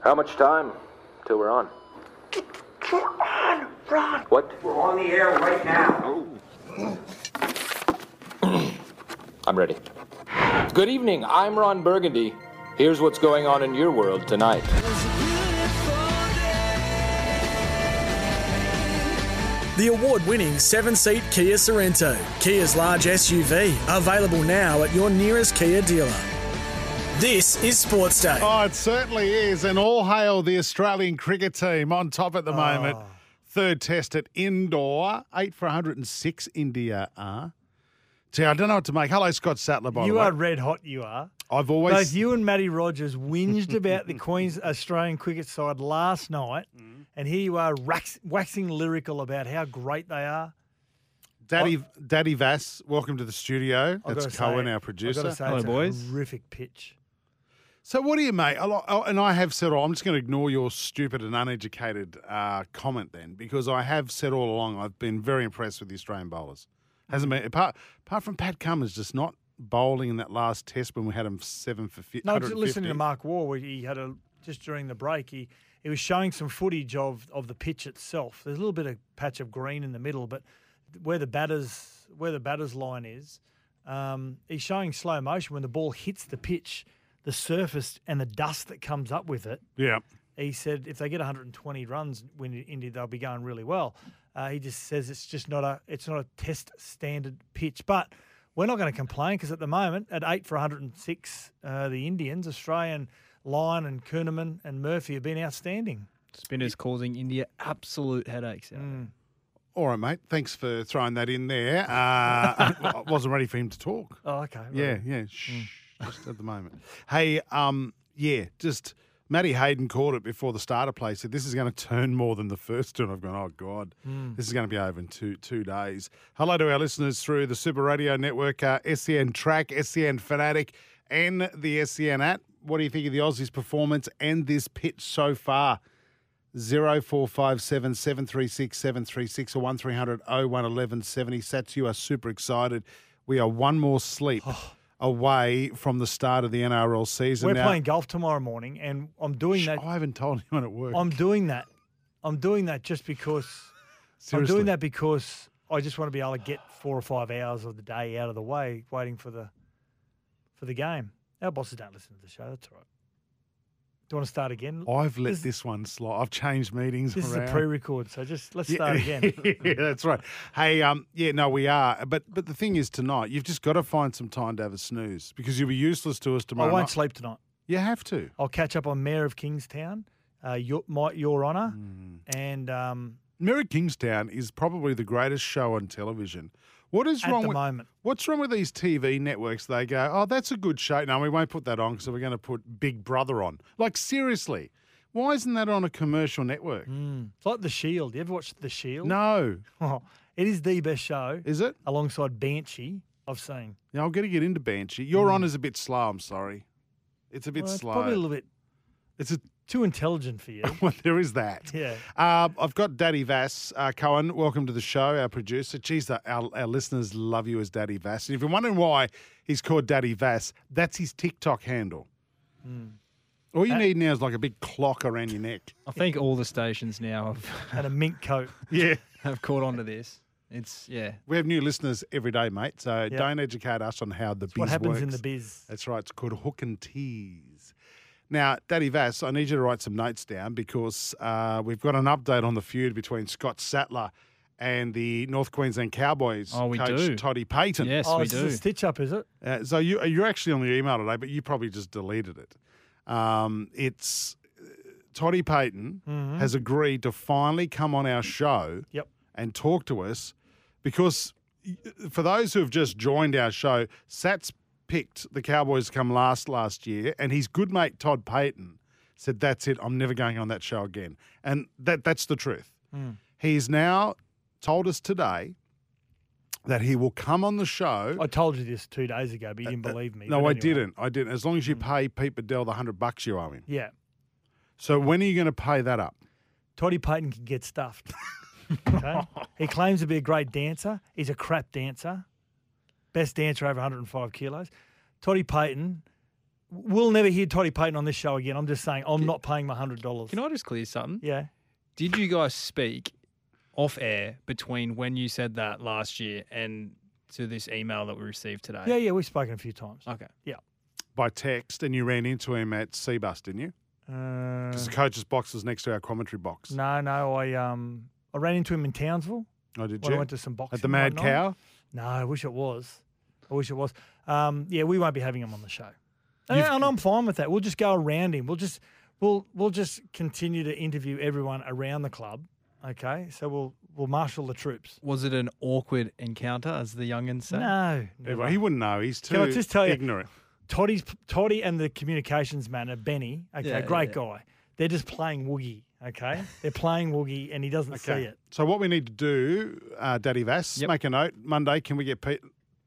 How much time till we're on? Get on, Ron. What? We're on the air right now. I'm ready. Good evening. I'm Ron Burgundy. Here's what's going on in your world tonight. The award winning seven seat Kia Sorrento, Kia's large SUV, available now at your nearest Kia dealer. This is Sports Day. Oh, it certainly is. And all hail the Australian cricket team on top at the Oh. moment. Third test at indoor, eight for 106 India are. Gee, I don't know what to make. Hello, Scott Sattler, by the You way. are red hot, you are. I've Both always. you and Matty Rogers whinged about the Queen's Australian cricket side last night, Mm. and here you are rax- waxing lyrical about how great they are. Daddy, Daddy Vass, welcome to the studio. I've That's Cohen, gotta say- our I've gotta producer. say it's a boys. Horrific pitch. So, what do you make? A lot- oh, And I have said, all, I'm just going to ignore your stupid and uneducated uh, comment then, because I have said all along, I've been very impressed with the Australian bowlers. Hasn't Mm. been apart apart from Pat Cummins just not bowling in that last test when we had him seven for fifty. No, just listening to Mark War, where he had a just during the break, he he was showing some footage of of the pitch itself. There's a little bit of patch of green in the middle, but where the batters where the batters line is, um, he's showing slow motion when the ball hits the pitch, the surface and the dust that comes up with it. Yeah, He said if they get 120 runs when India, they'll be going really well. Uh, he just says it's just not a it's not a test standard pitch, but we're not going to complain because at the moment at eight for 106, uh, the Indians, Australian Lyon and Kuhneman and Murphy have been outstanding. Spinners causing India absolute headaches. out there. Mm. all right, mate. Thanks for throwing that in there. Uh, I wasn't ready for him to talk. Oh, okay. right. Yeah, yeah. Shh, just at the moment. Hey, um, yeah, just Matty Hayden caught it before the starter play. Said this is going to turn more than the first two. And I've gone, oh god, Mm. this is going to be over in two two days. Hello to our listeners through the Super Radio Network, uh, SCN Track, SCN Fanatic, and the SCN app. What do you think of the Aussies' performance and this pitch so far? Zero oh four five seven seven three six seven three six or one three hundred oh one eleven seventy. Sats, you are super excited. We are one more sleep away from the start of the NRL season. We're Now- playing golf tomorrow morning, and I'm doing Shh, that. I haven't told anyone at work. I'm doing that. I'm doing that just because. Seriously. I'm doing that because I just want to be able to get four or five hours of the day out of the way waiting for the for the game. Our bosses don't listen to the show. That's all right. Do you want to start again? I've let this- this, one slide. I've changed meetings. this around. is a pre-record, so just let's Yeah. start again. yeah, that's right. Hey, um, yeah, no, we are. But but the thing is, tonight you've just got to find some time to have a snooze because you'll be useless to us I tomorrow. won't night. sleep tonight. You have to. I'll catch up on Mayor of Kingstown, uh, your my, your honour, Mm. and um, Mary Kingstown is probably the greatest show on television. What is At wrong the with moment. What's wrong with these TV networks? They go, oh, that's a good show. No, we won't put that on because we're going to put Big Brother on. Like seriously, why isn't that on a commercial network? mm, it's like The Shield. You ever watched The Shield? Oh, No, it is the best show is it? alongside Banshee I've seen. Yeah, I'm going to get into Banshee. Your honour's a bit slow. I'm sorry, it's a bit Mm. Well, it's slow. Probably a little bit It's a too intelligent for you. well, there is that. Yeah. Uh, I've got Daddy Vass uh, Cohen. Welcome to the show, our producer. Geez, our, our listeners love you as Daddy Vass. And if you're wondering why he's called Daddy Vass, that's his TikTok handle. Hmm. All you Uh, need now is like a big clock around your neck. I think all the stations now have, and a mink coat. Yeah. have caught on to this. It's, yeah. We have new listeners every day, mate. So don't educate us on how the biz what happens in the works. biz? That's right. It's called Hook and Tease. Now, Daddy Vass, I need you to write some notes down because uh, we've got an update on the feud between Scott Sattler and the North Queensland Cowboys Oh, we coach do. Toddy Payton. Yes, oh, we it's a do. stitch up, is it? Uh, so you, you're actually on the email today, but you probably just deleted it. Um, it's Toddy Payton Mm-hmm. has agreed to finally come on our show Yep. and talk to us because for those who have just joined our show, Sats picked the Cowboys to come last last year, and his good mate Todd Payton said, "That's it. I'm never going on that show again." And that that's the truth. Hmm. He's now told us today that he will come on the show. I told you this two days ago, but you didn't believe me. Uh, no, But I anyway. Hmm. didn't. I didn't. As long as you pay Pete Bedell the hundred bucks you owe him. Yeah. So when are you going to pay that up? Toddy Payton can get stuffed. okay? He claims to be a great dancer. He's a crap dancer. Best dancer over 105 kilos. Toddy Payton. We'll never hear Toddy Payton on this show again. I'm just saying, I'm not paying my hundred dollars. Can I just clear something? Yeah. Did you guys speak off air between when you said that last year and to this email that we received today? Yeah, yeah. We've spoken a few times. Uh, Okay. Yeah. By text, and you ran into him at Seabus, didn't you? Uh, Because the coach's box was next to our commentary box. no, no. I um, I ran into him in Townsville Oh, did when you? I went to some boxing. at the Mad one night. Cow. No, I wish it was. I wish it was. Um, yeah, we won't be having him on the show, and, and I'm fine with that. We'll just go around him. We'll just we'll we'll just continue to interview everyone around the club. Okay, so we'll we'll marshal the troops. Was it an awkward encounter, as the youngins say? No, Everyone- He wouldn't know. He's too Can I just tell you- ignorant. Toddy's Toddy and the communications man, Benny. Okay, Yeah, yeah, great yeah. guy. They're just playing woogie. Okay, they're playing woogie, and he doesn't see it. So what we need to do, uh, Daddy Vass, Yep. make a note. Monday, can we get Pete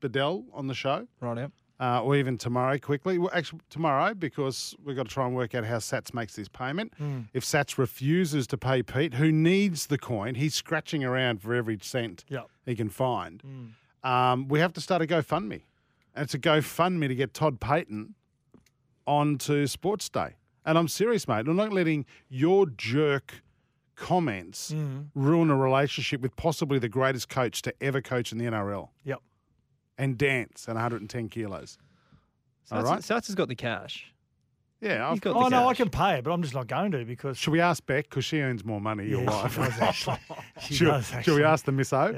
Bedell on the show, Right out. uh, or even tomorrow quickly? Well, actually, tomorrow because we've got to try and work out how Sats makes this payment. Hmm. If Sats refuses to pay Pete, who needs the coin, he's scratching around for every cent Yep. he can find. Mm. Um, we have to start a GoFundMe, and it's a GoFundMe to get Todd Payton onto Sports Day. And I'm serious, mate. I'm not letting your jerk comments Mm. ruin a relationship with possibly the greatest coach to ever coach in the NRL Yep. and dance at 110 kilos. Sats, All right. Sats has got the cash. Yeah, I've He's got got. Oh the no, I cash. can pay it, but I'm just not going to because Should we ask Beck because she earns more money? Your Yeah, wife. She does actually. She should, does should actually. we ask the Miss O?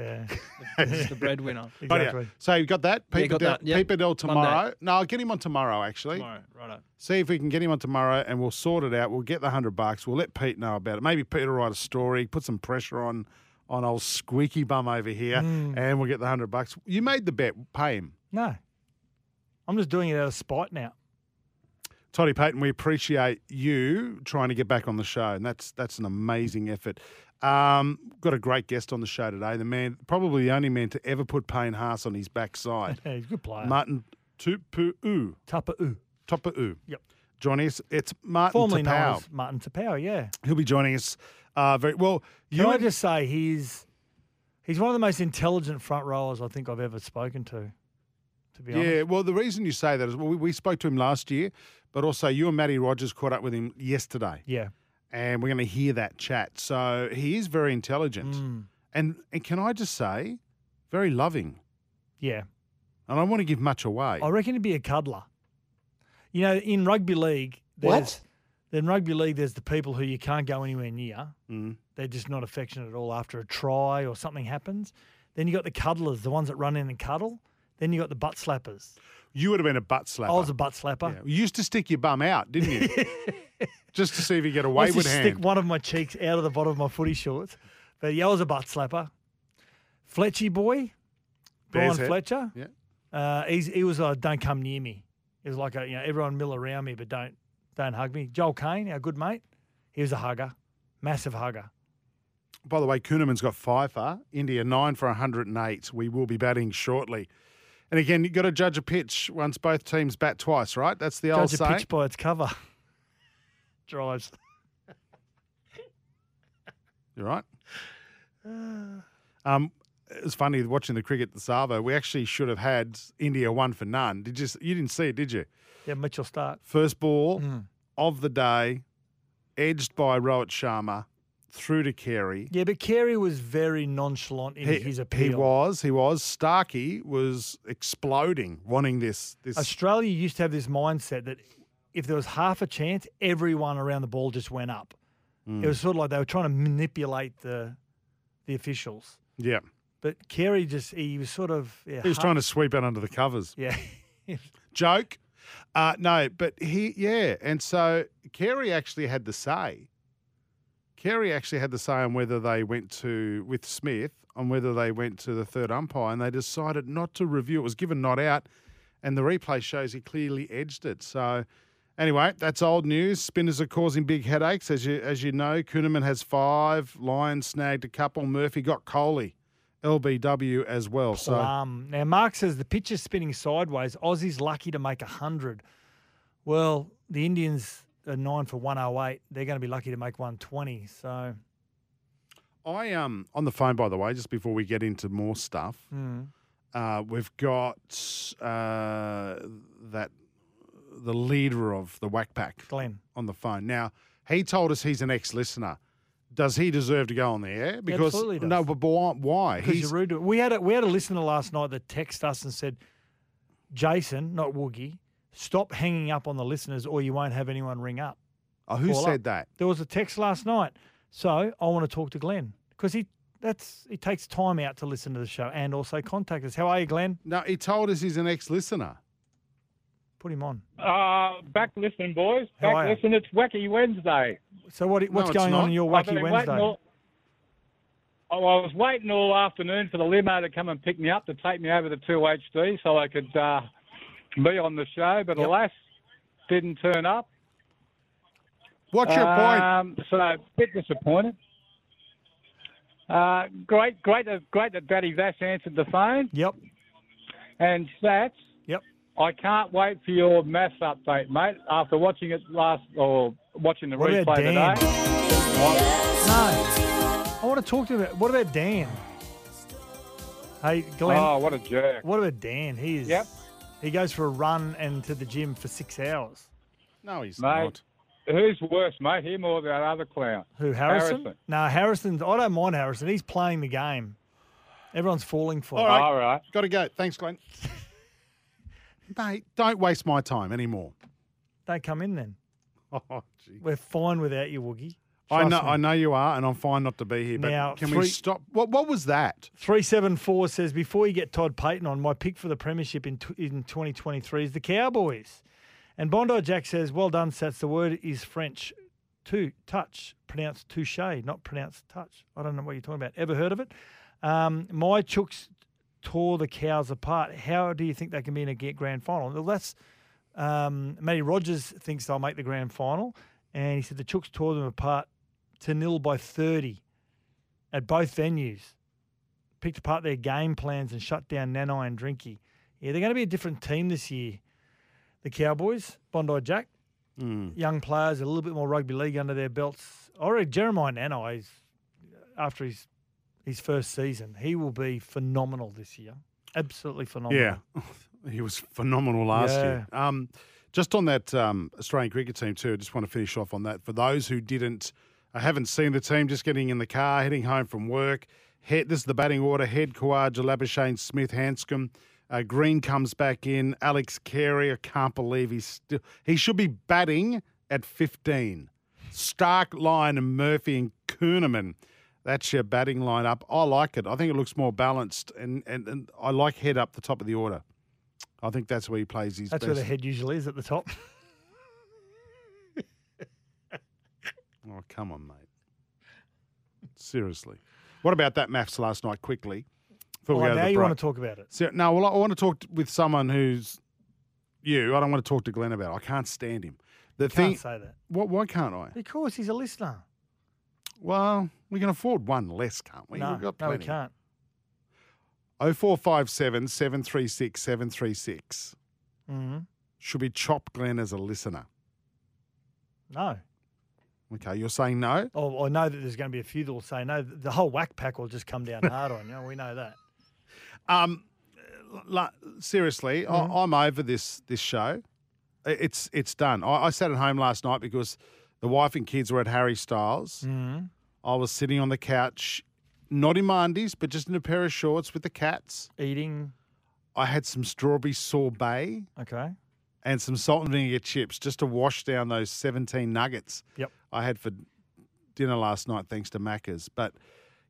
Yeah, He's the breadwinner. Oh, yeah. exactly. So you got that? Pete Yeah, got Bedell- that. Yep. Pete Bedell Monday. tomorrow. No, I'll get him on tomorrow actually. Tomorrow. Right out. See if we can get him on tomorrow and we'll sort it out. We'll get the hundred bucks. We'll let Pete know about it. Maybe Pete will write a story, put some pressure on on old squeaky bum over here, Mm. and we'll get the hundred bucks. You made the bet, pay him. No. I'm just doing it out of spite now. Toddy Payton, we appreciate you trying to get back on the show, and that's that's an amazing effort. Um, got a great guest on the show today. The man, probably the only man to ever put Payne Haas on his backside, Yeah, he's a good player. Martin Tupu'u, Tupper Ooh. Tupu'u. Yep. Joining us, it's Martin Formerly known Tapau. as Martin Tapau, yeah. He'll be joining us. Uh, very well. Can You I and- just say he's he's one of the most intelligent front rowers I think I've ever spoken to, to be Yeah, honest. well, the reason you say that is well, we, we spoke to him last year, but also you and Matty Rogers caught up with him yesterday, Yeah. and we're going to hear that chat. So he is very intelligent, Mm. and and can I just say, very loving. Yeah. And I want to give much away. I reckon he'd be a cuddler. You know, in rugby league, there's, in rugby league, there's the people who you can't go anywhere near. Mm. They're just not affectionate at all after a try or something happens. Then you got the cuddlers, the ones that run in and cuddle. Then you got the butt slappers. You would have been a butt slapper. I was a butt slapper. Yeah. You used to stick your bum out, didn't you? just to see if you get a I used wayward to hand. stick one of my cheeks out of the bottom of my footy shorts. But yeah, I was a butt slapper. Fletchy boy, Brian Bear's head. Fletcher. Yeah. Uh, he's, he was a don't come near me. It was like a, you know everyone mill around me, but don't don't hug me. Joel Kane, our good mate, he was a hugger, massive hugger. By the way, Kuhneman's got five for India nine for 108. We will be batting shortly. And again, you've got to judge a pitch once both teams bat twice, right? That's the old Judge a saying. pitch by its cover. Drives. You right? Um, it was funny watching the cricket at the Savo. We actually should have had India one for none. Did you? s- You didn't see it, did you? Yeah, Mitchell Stark. First ball Hmm. of the day, edged by Rohit Sharma, through to Carey. Yeah, but Carey was very nonchalant in his appeal. he was. He was. Starkey was exploding, wanting this. This. Australia used to have this mindset that if there was half a chance, everyone around the ball just went up. It Hmm. was sort of like they were trying to manipulate the the officials. yeah. But Kerry just he was sort of yeah, He was trying to sweep out under the covers. yeah. Joke. Uh, no, but he, yeah. And so Kerry actually had the say. Kerry actually had the say on whether they went to, with Smith, on whether they went to the third umpire, and they decided not to review. It was given not out, and the replay shows he clearly edged it. So Anyway, that's old news. Spinners are causing big headaches, as you as you know. Kuhneman has five. Lyon snagged a couple. Murphy got Coley, LBW as well. So Plum. Now, Mark says the pitch is spinning sideways. Aussie's lucky to make 100. Well, the Indians are nine for 108. They're going to be lucky to make 120. So, I um on the phone by the way, just before we get into more stuff, Mm. uh, we've got uh, that the leader of the Whack Pack Glenn. on the phone. Now he told us he's an ex-listener. Does he deserve to go on the air? Because absolutely does. no, but why? why? Because you're rude to We had, a, we had a listener last night that texted us and said, Jason, not Woogie, stop hanging up on the listeners or you won't have anyone ring up. Oh, who call up. said that? There was a text last night. So I want to talk to Glenn because he that's he takes time out to listen to the show and also contact us. How are you, Glenn? No, he told us he's an ex-listener. Put him on. Uh, back listening, boys. How Back are ya? listen. It's Wacky Wednesday. So what what's it's going not. on in your I've wacky been Wednesday? waiting all- Oh, I was waiting all afternoon for the limo to come and pick me up to take me over to 2HD so I could uh, be on the show, but Yep. alas, didn't turn up. What's your point? Um, so a bit disappointed. Uh, great, great, that- great that Daddy Vash answered the phone. Yep. And Sats, Yep. I can't wait for your maths update, mate. After watching it last or watching the What replay about Dan? today. No. I want to talk to him. about- What about Dan? Hey, Glenn. Oh, what a jerk! What about Dan? He is. Yep. He goes for a run and to the gym for six hours. No, he's Mate. not. Who's worse, mate? Him or that other clown? Who Harrison? Harrison. No, Harrison's. I don't mind Harrison. He's playing the game. Everyone's falling for. All him. right. All right. Got to go. Thanks, Glenn. Mate, don't waste my time anymore. Don't come in then. Oh, gee. We're fine without you, Woogie. I Trust know, me. I know you are, and I'm fine not to be here. But Now, can three- we stop? What What was that? 374 says, before you get Todd Payton on, my pick for the premiership in, tw in 2023 is the Cowboys. And Bondi Jack says, well done, Sats. The word is French. To touch, pronounced touche, not pronounced touch. I don't know what you're talking about. Ever heard of it? Um, my chooks tore the cows apart. How do you think they can be in a g- grand final? Well, that's um, Matty Rogers thinks they'll make the grand final, and he said the chooks tore them apart to nil by 30 at both venues picked apart their game plans and shut down Nanai and Drinky. Yeah, they're going to be a different team this year. The Cowboys, Bondi Jack, young players, a little bit more rugby league under their belts. I reckon Jeremiah Nanai is after his his first season, he will be phenomenal this year. Absolutely phenomenal. Yeah, he was phenomenal last year. Um, just on that um, Australian cricket team too. I just want to finish off on that. For those who didn't, I haven't seen the team. Just getting in the car, heading home from work. Head, this is the batting order: Head, Kawaja, Labuschagne, Smith, Hanscom. Uh, Green comes back in. Alex Carey. I can't believe he's still. He should be batting at fifteen. Stark, Lyon, and Murphy and Kuhneman. That's your batting lineup. I like it. I think it looks more balanced, and, and, and I like head up the top of the order. I think that's where he plays his That's where best. the head usually is at the top. Oh, come on, mate. Seriously. What about that maths last night, quickly? Before Well, we go to Oh, now the you break. want to talk about it. So, no, well, I want to talk t- with someone who's you. I don't want to talk to Glenn about it. I can't stand him. The Can't thing. say that. What, why can't I? Because he's a listener. Well, we can afford one less, can't we? no, We've got no, we plenty. can't. 0457 736 736. hmm Should we chop Glenn as a listener? No. Okay, you're saying no? Oh, I know that there's going to be a few that will say no. th- The whole whack pack will just come down hard on you. We know that. Um, la- seriously, I, I'm over this this show. I- It's it's done. I, I sat at home last night because the wife and kids were at Harry Styles. I was sitting on the couch, not in my undies, but just in a pair of shorts with the cats. Eating, I had some strawberry sorbet okay. and some salt and vinegar chips just to wash down those 17 nuggets Yep. I had for dinner last night, thanks to Macca's. But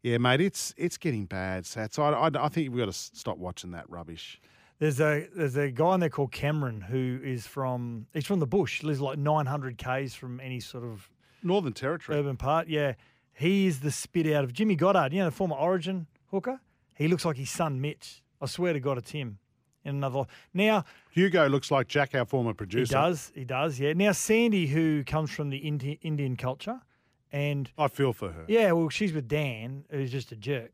yeah, mate, it's it's getting bad, Sats. I, I, I think we've got to s- stop watching that rubbish. There's a there's a guy in there called Cameron who is from he's from the bush. Lives like 900 k's from any sort of Northern Territory. urban part. Yeah, he is the spit out of Jimmy Goddard. You know the former Origin hooker. He looks like his son Mitch. I swear to God, it's him. in another life. Now, Hugo looks like Jack, our former producer. He does. He does. Yeah. Now Sandy, who comes from the Indi- Indian culture, and I feel for her. yeah, well, she's with Dan, who's just a jerk.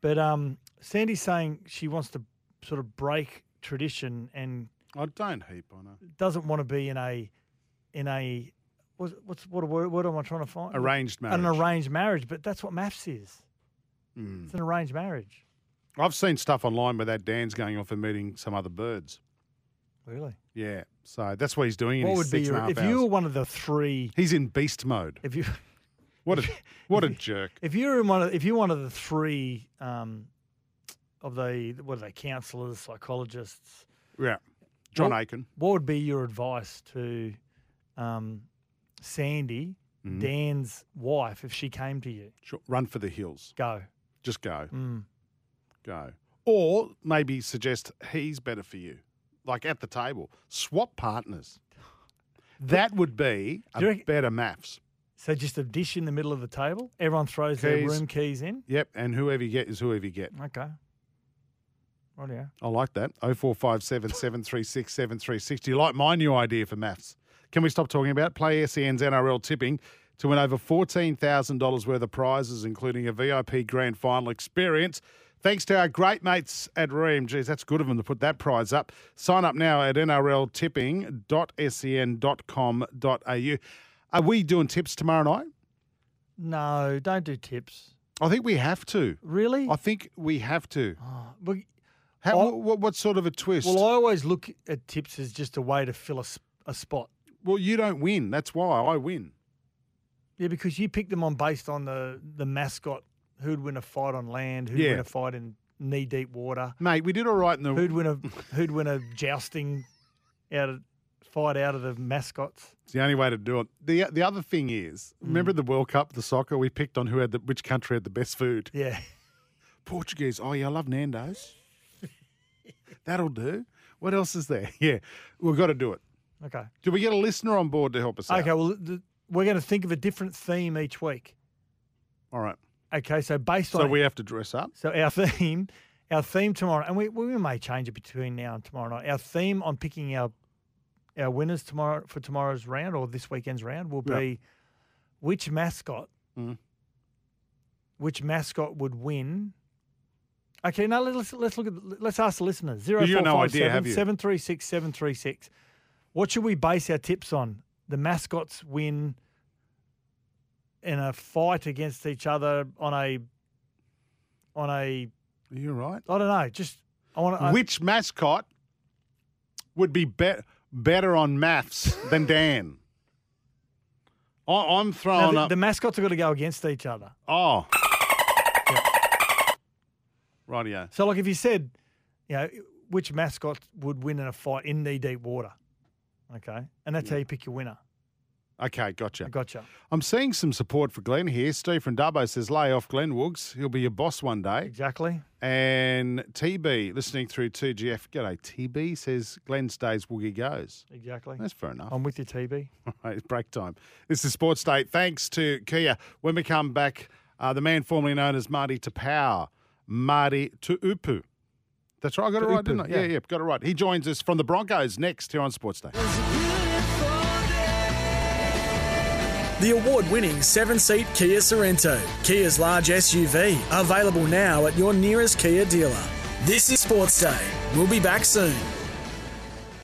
But um, Sandy's saying she wants to sort of break tradition and I don't heap on her. doesn't want to be in a in a what's what's what word, what am I trying to find? Arranged marriage. Hmm. An arranged marriage, but that's what maths is. It's an arranged marriage. I've seen stuff online where that Dan's going off and meeting some other birds. Really? Yeah, so that's what he's doing. In what his would be six and a your half if you were hours. one of the three? He's in beast mode. If you What a what a jerk. if you were in one of if you're one of the three um, of the what are they counselors, psychologists? Yeah, John Well- Aiken. What would be your advice to um, Sandy, Hmm. Dan's wife, if she came to you? Sure. Run for the hills. Go. Just go, Mm. go. Or maybe suggest he's better for you, like at the table. Swap partners. That would be a Do you reckon- better maths. So just a dish in the middle of the table. Everyone throws their Keys. room keys in. Yep, and whoever you get is whoever you get. Okay. Right here. I like that. Oh four five seven seven three six seven three six. Do you like my new idea for maths? Can we stop talking about it? play E SEN's NRL tipping to win over fourteen thousand dollars worth of prizes, including a VIP grand final experience. Thanks to our great mates at Ream. Geez, that's good of them to put that prize up. Sign up now at E nrltipping.sen.com.au. Are we doing tips tomorrow night? No, don't do tips. I think we have to. Really? I think we have to. well, How, I- what, what sort of a twist? well, I always look at tips as just a way to fill a, s- a spot. Well, you don't win. That's why I win. Yeah, because you pick them on based on the, the mascot who'd win a fight on land, who'd win Yeah. a fight in knee deep water, Mate, we did all right in the. who'd win a who'd win a jousting out of fight out of the mascots. It's the only way to do it. the The other thing is, Mm. remember the World Cup, the soccer. We picked on who had the, which country had the best food. Yeah. Portuguese. Oh yeah, I love Nando's. That'll do. What else is there? Yeah, we've got to do it. Okay. Do we get a listener on board to help us out? Okay. Well, th we're going to think of a different theme each week. All right. Okay. So based So on we have to dress up. So our theme, our theme tomorrow, and we, we may change it between now and tomorrow night. Our theme on picking our our winners tomorrow for tomorrow's round or this weekend's round will be Yeah. which mascot, Mm. which mascot would win. Okay, now let's let's look at the- let's ask the listeners zero You've four got no five idea, have seven you? seven three six seven three six. What should we base our tips on? The mascots win in a fight against each other on a on a Are you all right? I don't know. Just I want to. Which mascot would be, be better on maths than Dan? I, I'm throwing the, up. the mascots have got to go against each other. Oh. Rightio. So, like, if you said, you know, which mascot would win in a fight in knee deep water, okay, and that's how you pick your winner. Okay, gotcha. Gotcha. I'm seeing some support for Glenn here. Steve from Dubbo says, lay off Glenn Woogs. He'll be your boss one day. Exactly. And TB, listening through 2GF, g'day. TB says, Glenn stays, Woogie goes. Exactly. That's fair enough. I'm with you, TB. All right, it's break time. This is Sports Day. Thanks to Kia. When we come back, uh, the man formerly known as Marty Tapau, Marty Tuupu. That's right. I got it right, didn't I? Yeah, yeah, got it right. He joins us from the Broncos next here on Sports Day. The award winning seven seat Kia Sorrento, Kia's large SUV, available now at your nearest Kia dealer. This is Sports Day. We'll be back soon.